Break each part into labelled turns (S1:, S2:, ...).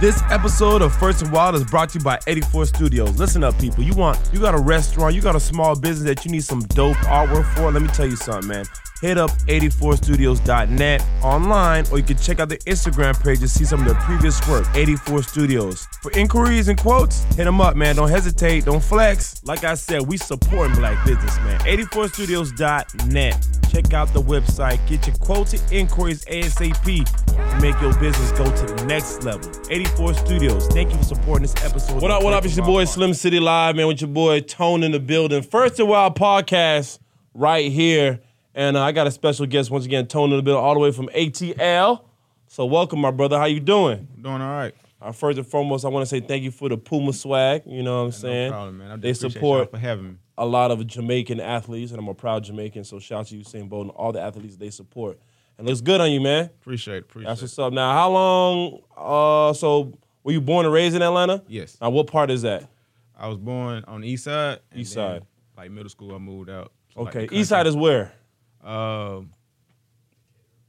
S1: This episode of First and Wild is brought to you by 84 Studios. Listen up, people. You want you got a restaurant, you got a small business that you need some dope artwork for. Let me tell you something, man. Hit up 84studios.net online, or you can check out the Instagram page to see some of their previous work. 84 Studios. For inquiries and quotes, hit them up, man. Don't hesitate. Don't flex. Like I said, we supporting black business, man. 84studios.net. Check out the website. Get your quotes and inquiries ASAP to make your business go to the next level. 84 Studios. Thank you for supporting this episode. What up, what up? It's your boy Slim City Live, man, with your boy Tone in the building. First and Wild podcast right here. And uh, I got a special guest once again, Tone in the building, all the way from ATL. So welcome, my brother. How you doing?
S2: Doing all right.
S1: Uh, first and foremost, I want to say thank you for the Puma swag. You know what I'm saying?
S2: No problem, man. I do
S1: They
S2: appreciate
S1: support-
S2: y'all for having me.
S1: a lot of Jamaican athletes, and I'm a proud Jamaican. So shout out to Usain Bolt and all the athletes they support. And looks good on you, man.
S2: Appreciate it. Appreciate
S1: That's
S2: it.
S1: what's up. Now, how long? Uh, so were you born and raised in Atlanta?
S2: Yes.
S1: Now, what part is that?
S2: I was born on the east side. and
S1: East
S2: then,
S1: side.
S2: Like middle school, I moved out. to, like,
S1: Okay,
S2: the
S1: east side
S2: country.
S1: is where?
S2: Um,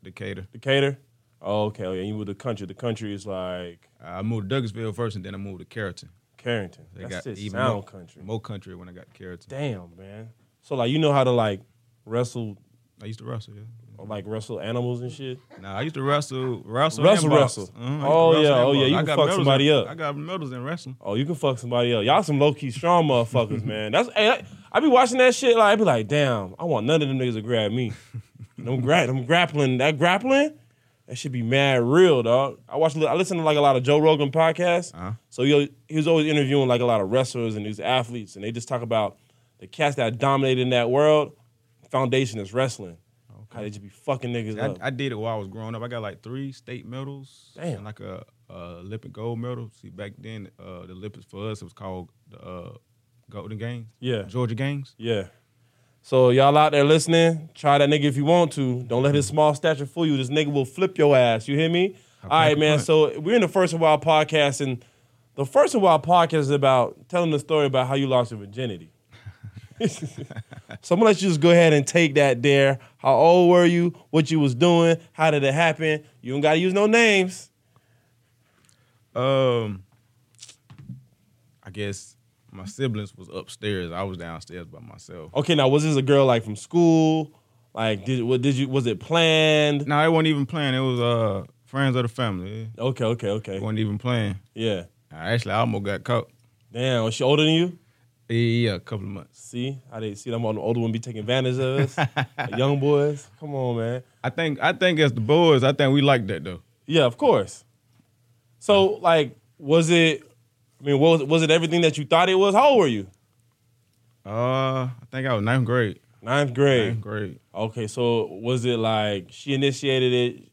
S2: Decatur.
S1: Decatur. Oh, okay. Oh, yeah. You moved to the country. The country is like
S2: I moved to Douglasville first, and then I moved to Carrollton.
S1: Carrington.
S2: They
S1: That's
S2: got
S1: it.
S2: even
S1: Sound
S2: more,
S1: country.
S2: More country when I got to Carrollton.
S1: Damn, man. So like, you know how to like wrestle,
S2: I used to wrestle. Yeah.
S1: or, like wrestle animals and shit.
S2: Nah, I used to wrestle, wrestle,
S1: Wrestle,
S2: and box.
S1: wrestle.
S2: Uh-huh, I used to
S1: Oh,
S2: wrestle
S1: yeah,
S2: and
S1: oh, yeah,
S2: box.
S1: you
S2: I
S1: can
S2: got
S1: fuck
S2: medals in-
S1: somebody up.
S2: I got medals in wrestling.
S1: Oh, you can fuck somebody up. Y'all some low key strong motherfuckers, man. That's hey, I, I be watching that shit. Like I be like, damn, I want none of them niggas to grab me. Them gra- them grappling, that grappling, that should be mad real, dog. I watch, I listen to like a lot of Joe Rogan podcasts.
S2: Uh-huh.
S1: So yo, he was always interviewing like a lot of wrestlers and these athletes, and they just talk about the cats that dominated in that world. Foundation is wrestling. How they just be fucking niggas
S2: I,
S1: up.
S2: I did it while I was growing up. I got like three state medals
S1: Damn.
S2: and like a, a Olympic gold medal. See, back then, uh, the Olympics for us it was called the uh, Golden Games.
S1: Yeah.
S2: Georgia Games.
S1: Yeah. So y'all out there listening, try that nigga if you want to. Don't let his small stature fool you. This nigga will flip your ass. You hear me? All right,
S2: pack a
S1: man.
S2: punch.
S1: So we're in the First and Wild podcast, and the First and Wild podcast is about telling the story about how you lost your virginity. so I'm gonna let you just go ahead and take that there. How old were you? What you was doing? How did it happen? You don't gotta use no names.
S2: Um, I guess my siblings was upstairs. I was downstairs by myself.
S1: Okay, now was this a girl like from school? Like did what did you was it planned?
S2: No, it wasn't even playing. It was uh friends of the family. yeah.
S1: Okay, okay,
S2: It
S1: okay.
S2: wasn't even playing.
S1: Yeah.
S2: I actually I almost got caught.
S1: Damn, was she older than you?
S2: Yeah, Yeah, a couple of months.
S1: See, I didn't see them all the older one be taking advantage of us. the young boys. Come on, man.
S2: I think I think as the boys, I think we like that though.
S1: Yeah, of course. So, like, was it I mean, was was it everything that you thought it was? How old were you?
S2: Uh, I think I was ninth grade.
S1: Ninth grade.
S2: Ninth grade.
S1: Okay, so was it like she initiated it?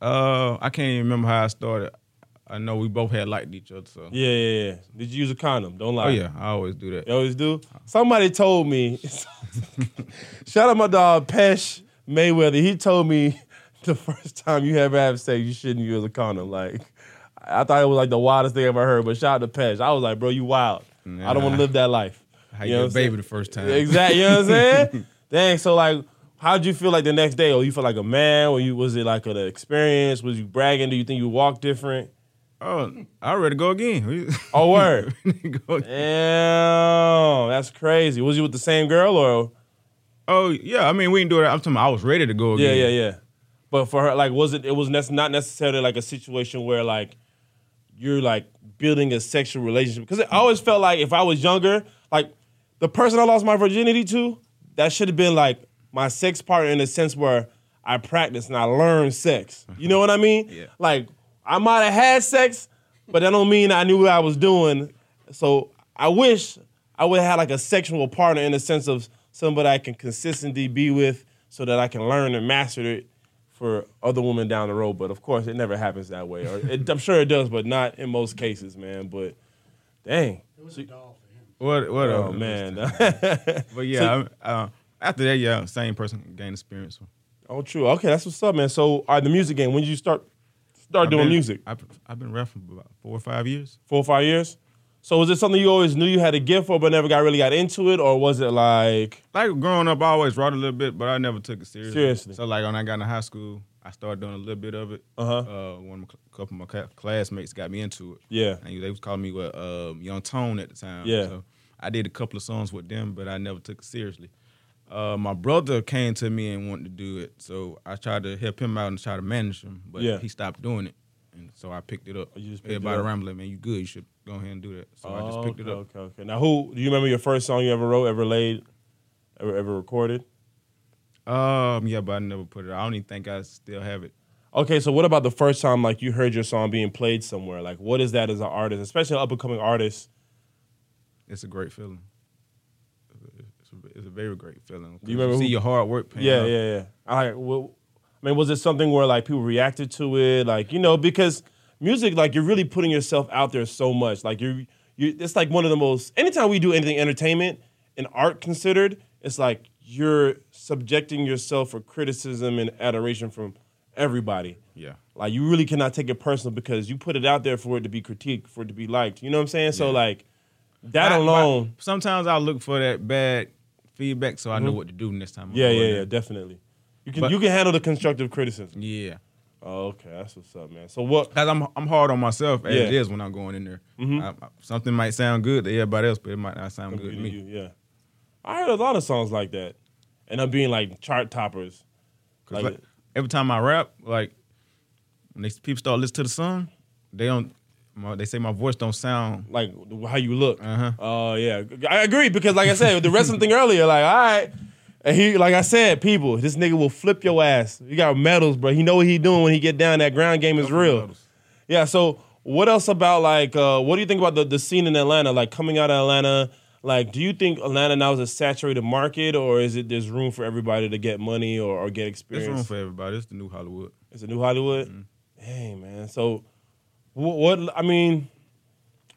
S2: Uh, I can't even remember how I started. I know we both had liked each other, so
S1: Yeah, yeah, yeah. Did you use a condom? Don't lie.
S2: oh yeah, I always do that.
S1: You always do? Somebody told me. Shout out my dog Pesh Mayweather. He told me the first time you ever have sex, you shouldn't use a condom. Like, I I thought it was like the wildest thing I ever heard. But shout out to Pesh. I was like, bro, you wild. I don't want
S2: Nah.
S1: to live that life.
S2: How
S1: You
S2: you
S1: know
S2: get a
S1: what I'm
S2: baby the first time?
S1: Exactly. You know what I'm saying? Dang. So like, how'd you feel like the next day? Or you feel like a man? Or you was it like an experience? Was you bragging? Do you think you walk different?
S2: Oh, I ready to go again.
S1: Oh, word.
S2: Go again.
S1: Damn, that's crazy. Was you with the same girl or?
S2: Oh yeah, I mean we didn't do it. I'm talking. About I was ready to go
S1: Yeah,
S2: again.
S1: yeah, yeah. But for her, like, was it? It was nec- not necessarily like a situation where like you're like building a sexual relationship because I always felt like if I was younger, like the person I lost my virginity to, that should have been like my sex partner in the sense where I practiced and I learned sex. You know what I mean?
S2: Yeah.
S1: Like I might have had sex, but that don't mean I knew what I was doing. So I wish I would have had like a sexual partner in the sense of somebody I can consistently be with, so that I can learn and master it for other women down the road. But of course, it never happens that way. Or it, I'm sure it does, but not in most cases, man. But dang,
S2: What? What?
S1: oh
S2: uh,
S1: man,
S2: But yeah, I, uh, after that, yeah, same person gained experience.
S1: oh true. Okay, that's what's up, man. So, all right, the music game. When did you start start
S2: I've
S1: doing
S2: been-
S1: music?
S2: I've, I've been rapping for about four or five years.
S1: Four or five years. So, was it something you always knew you had a gift for, but never got really got into it, or was it like
S2: Like growing up, I always wrote a little bit, but I never took it seriously.
S1: Seriously.
S2: So like when I got in high school, I started doing a little bit of it.
S1: Uh-huh.
S2: Uh, one of my, cl- couple of my ca- classmates got me into it.
S1: Yeah.
S2: And they was calling me what um, Young Tone at the time.
S1: Yeah.
S2: So I did a couple of songs with them, but I never took it seriously. Uh, my brother came to me and wanted to do it, so I tried to help him out and try to manage him, but
S1: Yeah. Oh,
S2: he stopped doing it, and so I picked it up.
S1: You just picked it
S2: Everybody
S1: up.
S2: around me like, man, you good? You should go ahead and do that. So I just
S1: Oh,
S2: picked it
S1: okay,
S2: up.
S1: Okay, okay. Now, who do you remember your first song you ever wrote, ever laid, ever ever recorded?
S2: Um, yeah, but I never put it. I don't even think I still have it.
S1: Okay, so what about the first time like you heard your song being played somewhere? Like, what is that as an artist, especially an up and coming artist?
S2: It's a great feeling. It's a, it's a very great feeling.
S1: Do you remember
S2: see
S1: who-
S2: your hard work paying
S1: Yeah,
S2: off.
S1: yeah, yeah. I well, I mean, was it something where like people reacted to it? Like you know, because music, like you're really putting yourself out there so much. Like you, you, it's like one of the most. Anytime we do anything entertainment and art considered, it's like you're subjecting yourself for criticism and adoration from everybody.
S2: Yeah.
S1: Like you really cannot take it personal because you put it out there for it to be critiqued, for it to be liked. You know what I'm saying? So
S2: Yeah.
S1: like that
S2: I- but
S1: alone, Mm-hmm.
S2: sometimes I look for that bad feedback so I know what to do next time. I'm
S1: yeah,
S2: doing
S1: yeah, yeah,
S2: it.
S1: definitely. You can
S2: But-
S1: you can handle the constructive criticism.
S2: yeah.
S1: Oh, okay, that's what's up, man. So what?
S2: Cause I'm I'm hard on myself as
S1: Yeah. Mm-hmm.
S2: it is when I'm going in there. I- I- something might sound good to everybody else, but it might not sound good to
S1: you-
S2: me.
S1: you- yeah, I heard a lot of songs like that, and I'm being like chart toppers.
S2: 'Cause
S1: Like-
S2: like, every time I rap, like when they, people start listening to the song, they don't. My, they say my voice don't sound
S1: Like how you look.
S2: Uh-huh.
S1: Oh yeah, I agree because like I said, the wrestling thing earlier, like all right, and he like I said, people, this nigga will flip your ass. You got medals, bro. He know what he doing when he get down. That ground game is
S2: Couple
S1: real.
S2: medals.
S1: Yeah. So what else about like uh, what do you think about the, the scene in Atlanta? Like coming out of Atlanta, like do you think Atlanta now is a saturated market or is it there's room for everybody to get money or, or get experience?
S2: There's room for everybody. It's the new Hollywood.
S1: It's a new Hollywood. Dang man. So what, what I mean,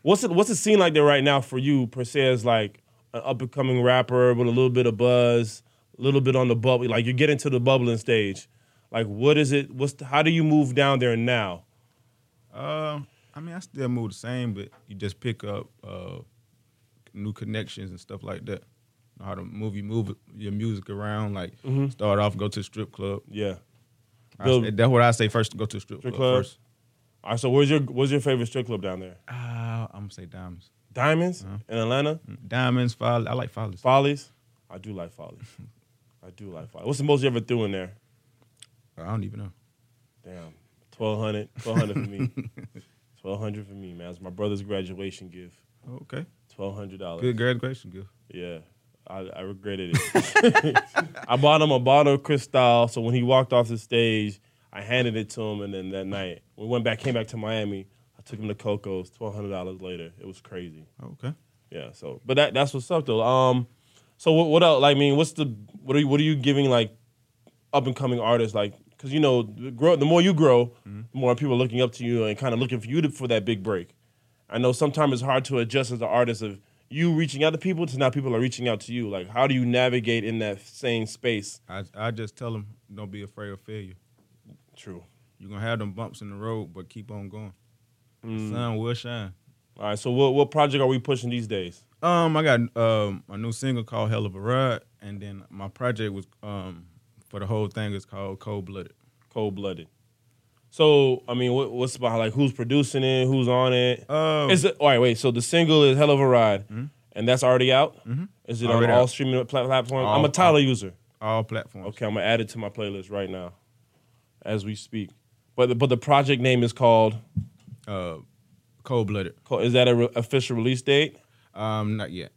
S1: what's it what's it scene like there right now for you per se as like an up and coming rapper with a little bit of buzz, a little bit on the bubble, like you get into the bubbling stage. Like what is it? What's the, how do you move down there now?
S2: Um, I mean, I still move the same, but you just pick up uh, new connections and stuff like that. Know how to move your move your music around. Like start off, go to the strip club.
S1: Yeah. Mm-hmm.
S2: I
S1: Build-
S2: say- that's what I say first. Go to the strip,
S1: Strip
S2: club
S1: club?
S2: first.
S1: All right, so where's your where's your favorite strip club down there?
S2: Ah, I'm gonna say diamonds.
S1: Diamonds in Atlanta,
S2: Diamonds, folly. I like follies.
S1: Follies. I do like Follies. I do like Follies. What's the most you ever threw in there?
S2: I don't even know.
S1: Damn, 1200 1200 for me. Twelve hundred for me, man. It's my brother's graduation gift.
S2: Okay,
S1: Twelve hundred dollars.
S2: good graduation gift.
S1: Yeah, I, I regretted it. I bought him a bottle of Cristal, so when he walked off the stage, I handed it to him, and then that night we went back, came back to Miami. I took him to Coco's. Twelve hundred dollars later, it was crazy.
S2: Okay.
S1: Yeah. So, but that that's what's up though. Um, so what what else? Like, I mean, what's the what are you, what are you giving like up and coming artists like? Because you know, the, grow, the more you grow, the more people are looking up to you and kind of looking for you to, for that big break. I know sometimes it's hard to adjust as an artist of you reaching out to people to now people are reaching out to you. Like, how do you navigate in that same space?
S2: I I just tell them don't be afraid of failure.
S1: True.
S2: You're gonna have them bumps in the road, but keep on going.
S1: Mm.
S2: The sun will shine.
S1: All right. So what what project are we pushing these days?
S2: Um, I got um a new single called "Hell of a Ride," and then my project was um for the whole thing is called "Cold Blooded."
S1: Cold blooded. So I mean, what, what's behind? Like, who's producing it? Who's on it?
S2: Um,
S1: Is it all right? Wait. So the single is "Hell of a Ride," and that's already out. Is it
S2: Mm-hmm. Already
S1: on all
S2: out.
S1: streaming pla- platforms?
S2: All-
S1: I'm a Tyler user.
S2: all platforms.
S1: Okay, I'm gonna add it to my playlist right now, as we speak. But the, but the project name is called.
S2: Uh, "Cold Blooded."
S1: co- Is that a re- official release date?
S2: Um, not yet.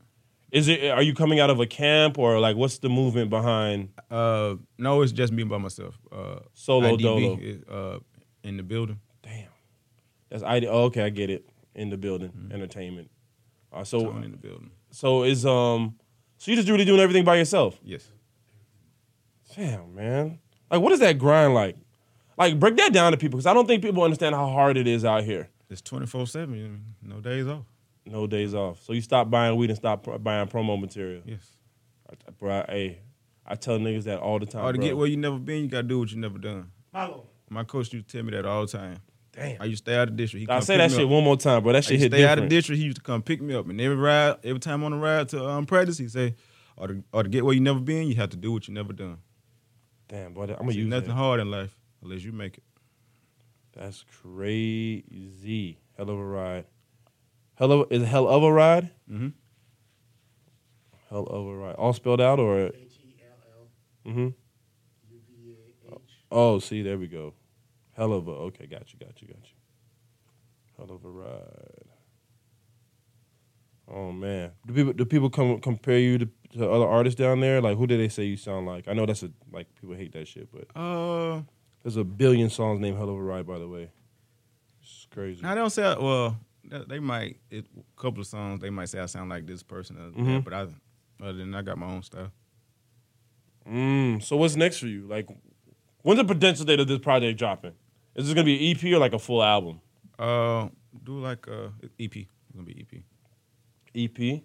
S1: Is it? Are you coming out of a camp or like what's the movement behind?
S2: Uh, no, it's just me by myself. Uh,
S1: Solo
S2: IDB
S1: dolo.
S2: Is, uh, in the building.
S1: Damn, that's I. Oh, okay, I get it. In the building,
S2: Mm-hmm.
S1: entertainment. Uh, so
S2: Tone in the building.
S1: so is um. So you just really doing everything by yourself.
S2: Yes.
S1: Damn, man. Like, what is that grind like? Like, break that down to people because I don't think people understand how hard it is out here.
S2: It's twenty four seven. No days off.
S1: No days off. So you stop buying weed and stop pr- buying promo material.
S2: Yes.
S1: I- Bro, I, hey, I tell niggas that all the time.
S2: Or to
S1: bro.
S2: get where you never been, you gotta do what you never done.
S3: My lord.
S2: My coach used to tell me that all the time.
S1: Damn.
S2: I used to stay out of the district. He
S1: I
S2: come
S1: say
S2: pick
S1: that
S2: me
S1: shit
S2: up.
S1: one more time, bro. That
S2: I
S1: shit
S2: used to
S1: hit
S2: stay out of the
S1: different.
S2: district. He used to come pick me up, and every ride, every time on the ride to um, practice, he say, or to, "Or to get where you never been, you have to do what you never done.
S1: Damn, boy, I'm gonna
S2: See,
S1: use
S2: nothing
S1: that.
S2: hard in life. unless you make it.
S1: That's crazy. Hell of a ride. Hell of is it hell of a ride?
S2: Mm-hmm.
S1: Hell of a ride. All spelled out or
S3: H E L L
S1: mm-hmm.
S3: U V A H.
S1: Oh, see, there we go. Hell of a okay, got you, got you, got you. Hell of a ride. Oh man, do people do people come compare you to, to other artists down there? Like, who do they say you sound like? I know that's a like people hate that shit, but
S2: Uh,
S1: there's a billion songs named Hell of a Ride, by the way. It's crazy.
S2: now they don't say. Well, they they might it, a couple of songs. They might say I sound like this person, or
S1: Mhm.
S2: that, but I other than that, I got my own style.
S1: Mm, so what's next for you? Like, when's the potential date of this project dropping? Is this gonna be an EP or like a full album?
S2: Uh, do like uh EP. It's gonna be E EP.
S1: EP? E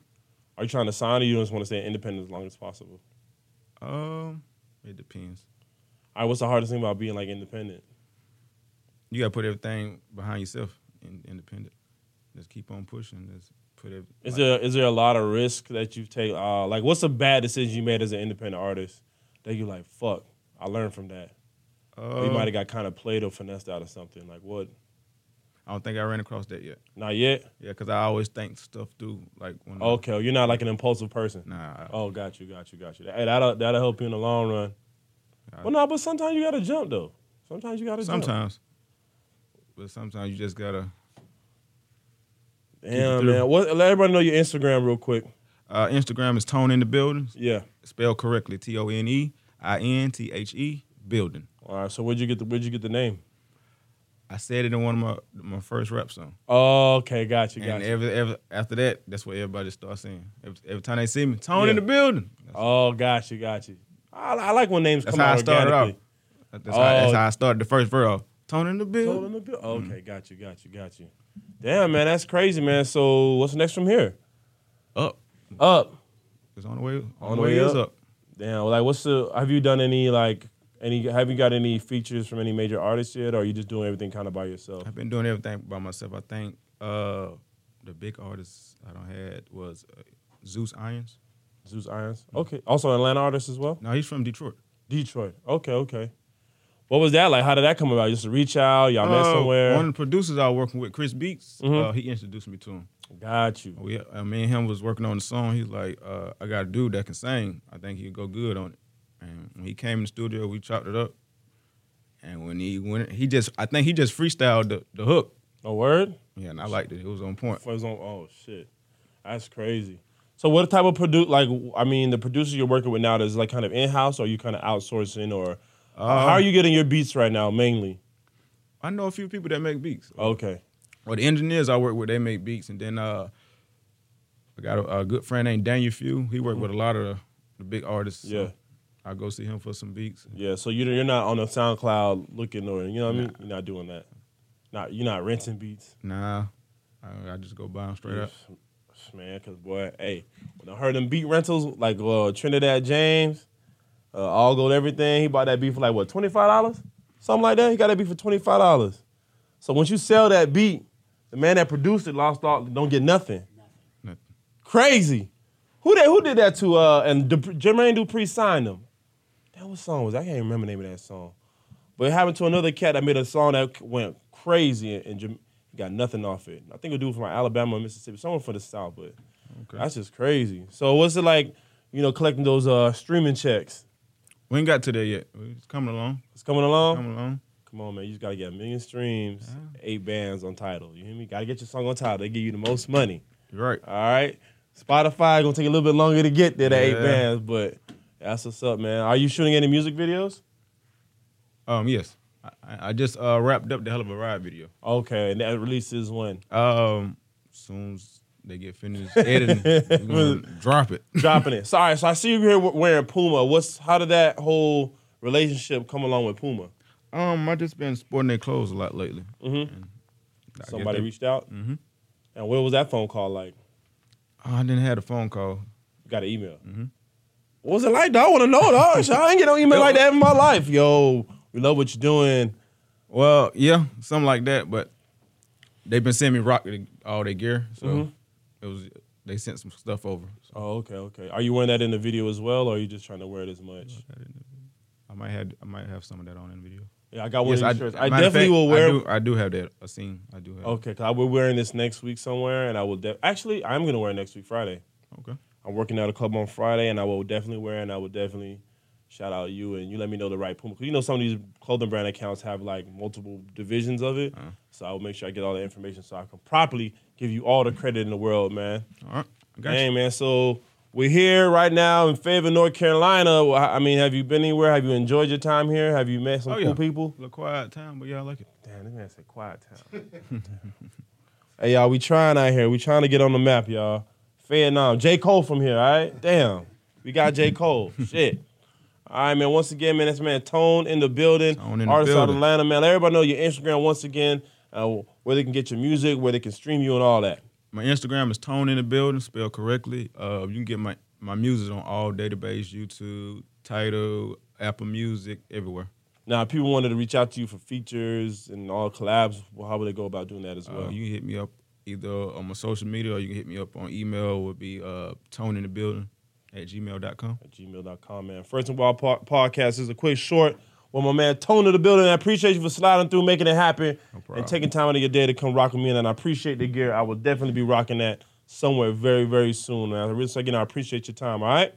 S1: Are you trying to sign or you just want to stay independent as long as possible?
S2: Um, it depends.
S1: All right, what's the hardest thing about being like independent?
S2: You gotta put everything behind yourself and independent. Just keep on pushing. Just put it.
S1: Is there is there a lot of risk that you've taken? Uh, like, what's a bad decision you made as an independent artist that you like? Fuck, I learned from that. Or
S2: Uh,
S1: you might have got kind of played or finessed out of something. Like what?
S2: I don't think I ran across that yet.
S1: Not yet.
S2: Yeah, because I always think stuff through. Like when.
S1: Okay, oh, you're not like an impulsive person.
S2: Nah. I-
S1: Oh, got you, got you, got you. Hey, that'll that'll help you in the long run.
S2: I-
S1: Well, no, but sometimes you gotta jump though. Sometimes you gotta jump.
S2: Sometimes. But sometimes you just gotta. keep it
S1: Damn,
S2: through.
S1: man. What, let everybody know your Instagram real quick.
S2: Uh, Instagram is Tone in the Building.
S1: Yeah.
S2: Spelled correctly. T O N E I N T H E Building.
S1: All right. So where'd you get the where'd you get the name?
S2: I said it in one of my my first rap song.
S1: Okay, got you, got
S2: And
S1: you.
S2: every, every after that, that's what everybody starts saying. Every, every time they see me, Tone in
S1: Yeah.
S2: the Building. That's,
S1: oh, got you, got you. I, I like when names
S2: that's
S1: come
S2: how I
S1: out
S2: started off.
S1: organically.
S2: That's, how, that's
S1: Oh.
S2: how I started the first verse off. Tone in the
S1: Told
S2: Building.
S1: him to build- oh, Okay, got you, got you, got you. Damn, man, that's crazy, man. So what's next from here?
S2: Up.
S1: Up.
S2: It's on the way. On, the way, is up.
S1: Damn. Like, what's the? Have you done any like any? Have you got any features from any major artists yet, or are you just doing everything kind of by yourself?
S2: I've been doing everything by myself. I think uh, the big artist I don't had was uh, Zeus Irons.
S1: Zeus Irons. Okay. Also Atlanta artist as well.
S2: No, he's from Detroit.
S1: Detroit. Okay, okay. What was that like? How did that come about? Just a reach out, y'all met
S2: Uh,
S1: somewhere.
S2: One of the producers I was working with, Chris Beats,
S1: Mhm.
S2: uh, he introduced me to him.
S1: Got you.
S2: We, uh, me and him was working on the song. He's like, uh, I got a dude that can sing. I think he'd go good on it. And when he came in the studio, we chopped it up. And when he went, he just, I think he just freestyled the, the hook.
S1: No word.
S2: Yeah, and I liked it. It was on point.
S1: For his own- oh shit, that's crazy. So what type of produ like? I mean, the producer you're working with now is like kind of in house, or you kind of outsourcing, or how are you getting your beats right now mainly?
S2: I know a few people that make beats.
S1: Okay,
S2: Or the engineers I work with, they make beats. And then uh, I got a, a good friend named Daniel Few. He worked with a lot of the, the big artists. so
S1: Yeah.
S2: I go see him for some beats.
S1: yeah. So you you're not on a SoundCloud looking, or you know what I mean? You're not doing that. Not you're not renting beats.
S2: Nah, I, I just go buy them straight up.
S1: Man, cause boy, hey, when I heard them beat rentals like uh, Trinidad James, uh, all gold everything, he bought that beat for like what twenty five dollars, something like that. He got that beat for twenty five dollars. So once you sell that beat, the man that produced it lost all, don't get nothing.
S2: Nothing.
S1: Crazy. Who that? Who did that to? Uh, and Dup- Jermaine Dupri signed him. That what song was? that? I can't remember the name of that song. But it happened to another cat that made a song that went crazy and, and Jam- he got nothing off it. I think a dude from Alabama or Mississippi, someone from the South, but
S2: Okay.
S1: that's just crazy. So what's it like, you know, collecting those uh, streaming checks?
S2: We ain't got to there yet. It's coming along.
S1: It's coming along.
S2: Coming along.
S1: Come on, man. You just gotta get a million streams, eight bands on title. You hear me? Gotta get your song on title. They give you the most money.
S2: You're right.
S1: All right. Spotify gonna take a little bit longer to get there, that eight
S2: Yeah.
S1: bands, but that's what's up, man. Are you shooting any music videos?
S2: Um, yes. I, I I just uh, wrapped up the Hell of a Ride video.
S1: Okay, and that releases when?
S2: Um, soon as they get finished editing, we're gonna drop it.
S1: Dropping it. Sorry, so I see you here w- wearing Puma. What's how did that whole relationship come along with Puma?
S2: Um, I just been sporting their clothes a lot lately.
S1: Mm-hmm.
S2: I
S1: Somebody
S2: guess they-
S1: reached out.
S2: Mhm.
S1: And what was that phone call like?
S2: Oh, I didn't have a phone call.
S1: You got an email.
S2: Mhm.
S1: What was it like? Dog? I want to know. Dog. I ain't get no email like that in my life. Yo, we love what you're doing.
S2: Well, yeah, something like that. But they've been sending me rock all their gear, so
S1: Mhm.
S2: it was. They sent some stuff over. So
S1: Oh, okay, okay. Are you wearing that in the video as well, or are you just trying to wear it as much?
S2: I might had I might have some of that on in the video.
S1: Yeah, I got one
S2: Yes,
S1: of these shirts. I
S2: matter of
S1: definitely
S2: fact,
S1: will wear.
S2: I do, I do have that. A scene. I do have.
S1: Okay, cause I will wearing this next week somewhere, and I will def- actually I'm gonna wear it next week Friday.
S2: Okay.
S1: I'm working at a club on Friday, and I will definitely wear it. And I will definitely shout out you, and you let me know the right Puma. 'Cause you know some of these clothing brand accounts have like multiple divisions of it,
S2: Uh-huh.
S1: so I will make sure I get all the information so I can properly give you all the credit in the world, man.
S2: All right. I got
S1: Hey, man. So we're here right now in Fayetteville, North Carolina. Well, I I mean, have you been anywhere? Have you enjoyed your time here? Have you met some
S2: Oh,
S1: cool
S2: yeah.
S1: people?
S2: you. A quiet time, but yeah, I like it.
S1: Damn, this man said quiet town. hey y'all, we trying out here. We trying to get on the map, y'all. Vietnam. J. Cole from here, all right? Damn. We got J. Cole. Shit. All right, man. Once again, man, that's man Tone in the building.
S2: Tone in the
S1: Artist out of
S2: building.
S1: Atlanta, man. Let everybody know your Instagram once again, uh, where they can get your music, where they can stream you and all that.
S2: My Instagram is Tone in the building, spelled correctly. Uh, you can get my my music on all database, YouTube, Title, Apple Music, everywhere.
S1: Now, if people wanted to reach out to you for features and all collabs, well, how would they go about doing that as
S2: Uh,
S1: well?
S2: you can hit me up either on my social media or you can hit me up on email. Would be uh, Tone in the building at gmail.com.
S1: at gmail.com, man. First and Wild po- Podcast is a quick short with my man Tone of the Building. I appreciate you for sliding through, making it happen,
S2: problem.
S1: and taking time out of your day to come rock with me. And I appreciate the gear. I will definitely be rocking that somewhere very, very soon, man. Once again, I appreciate your time, all right?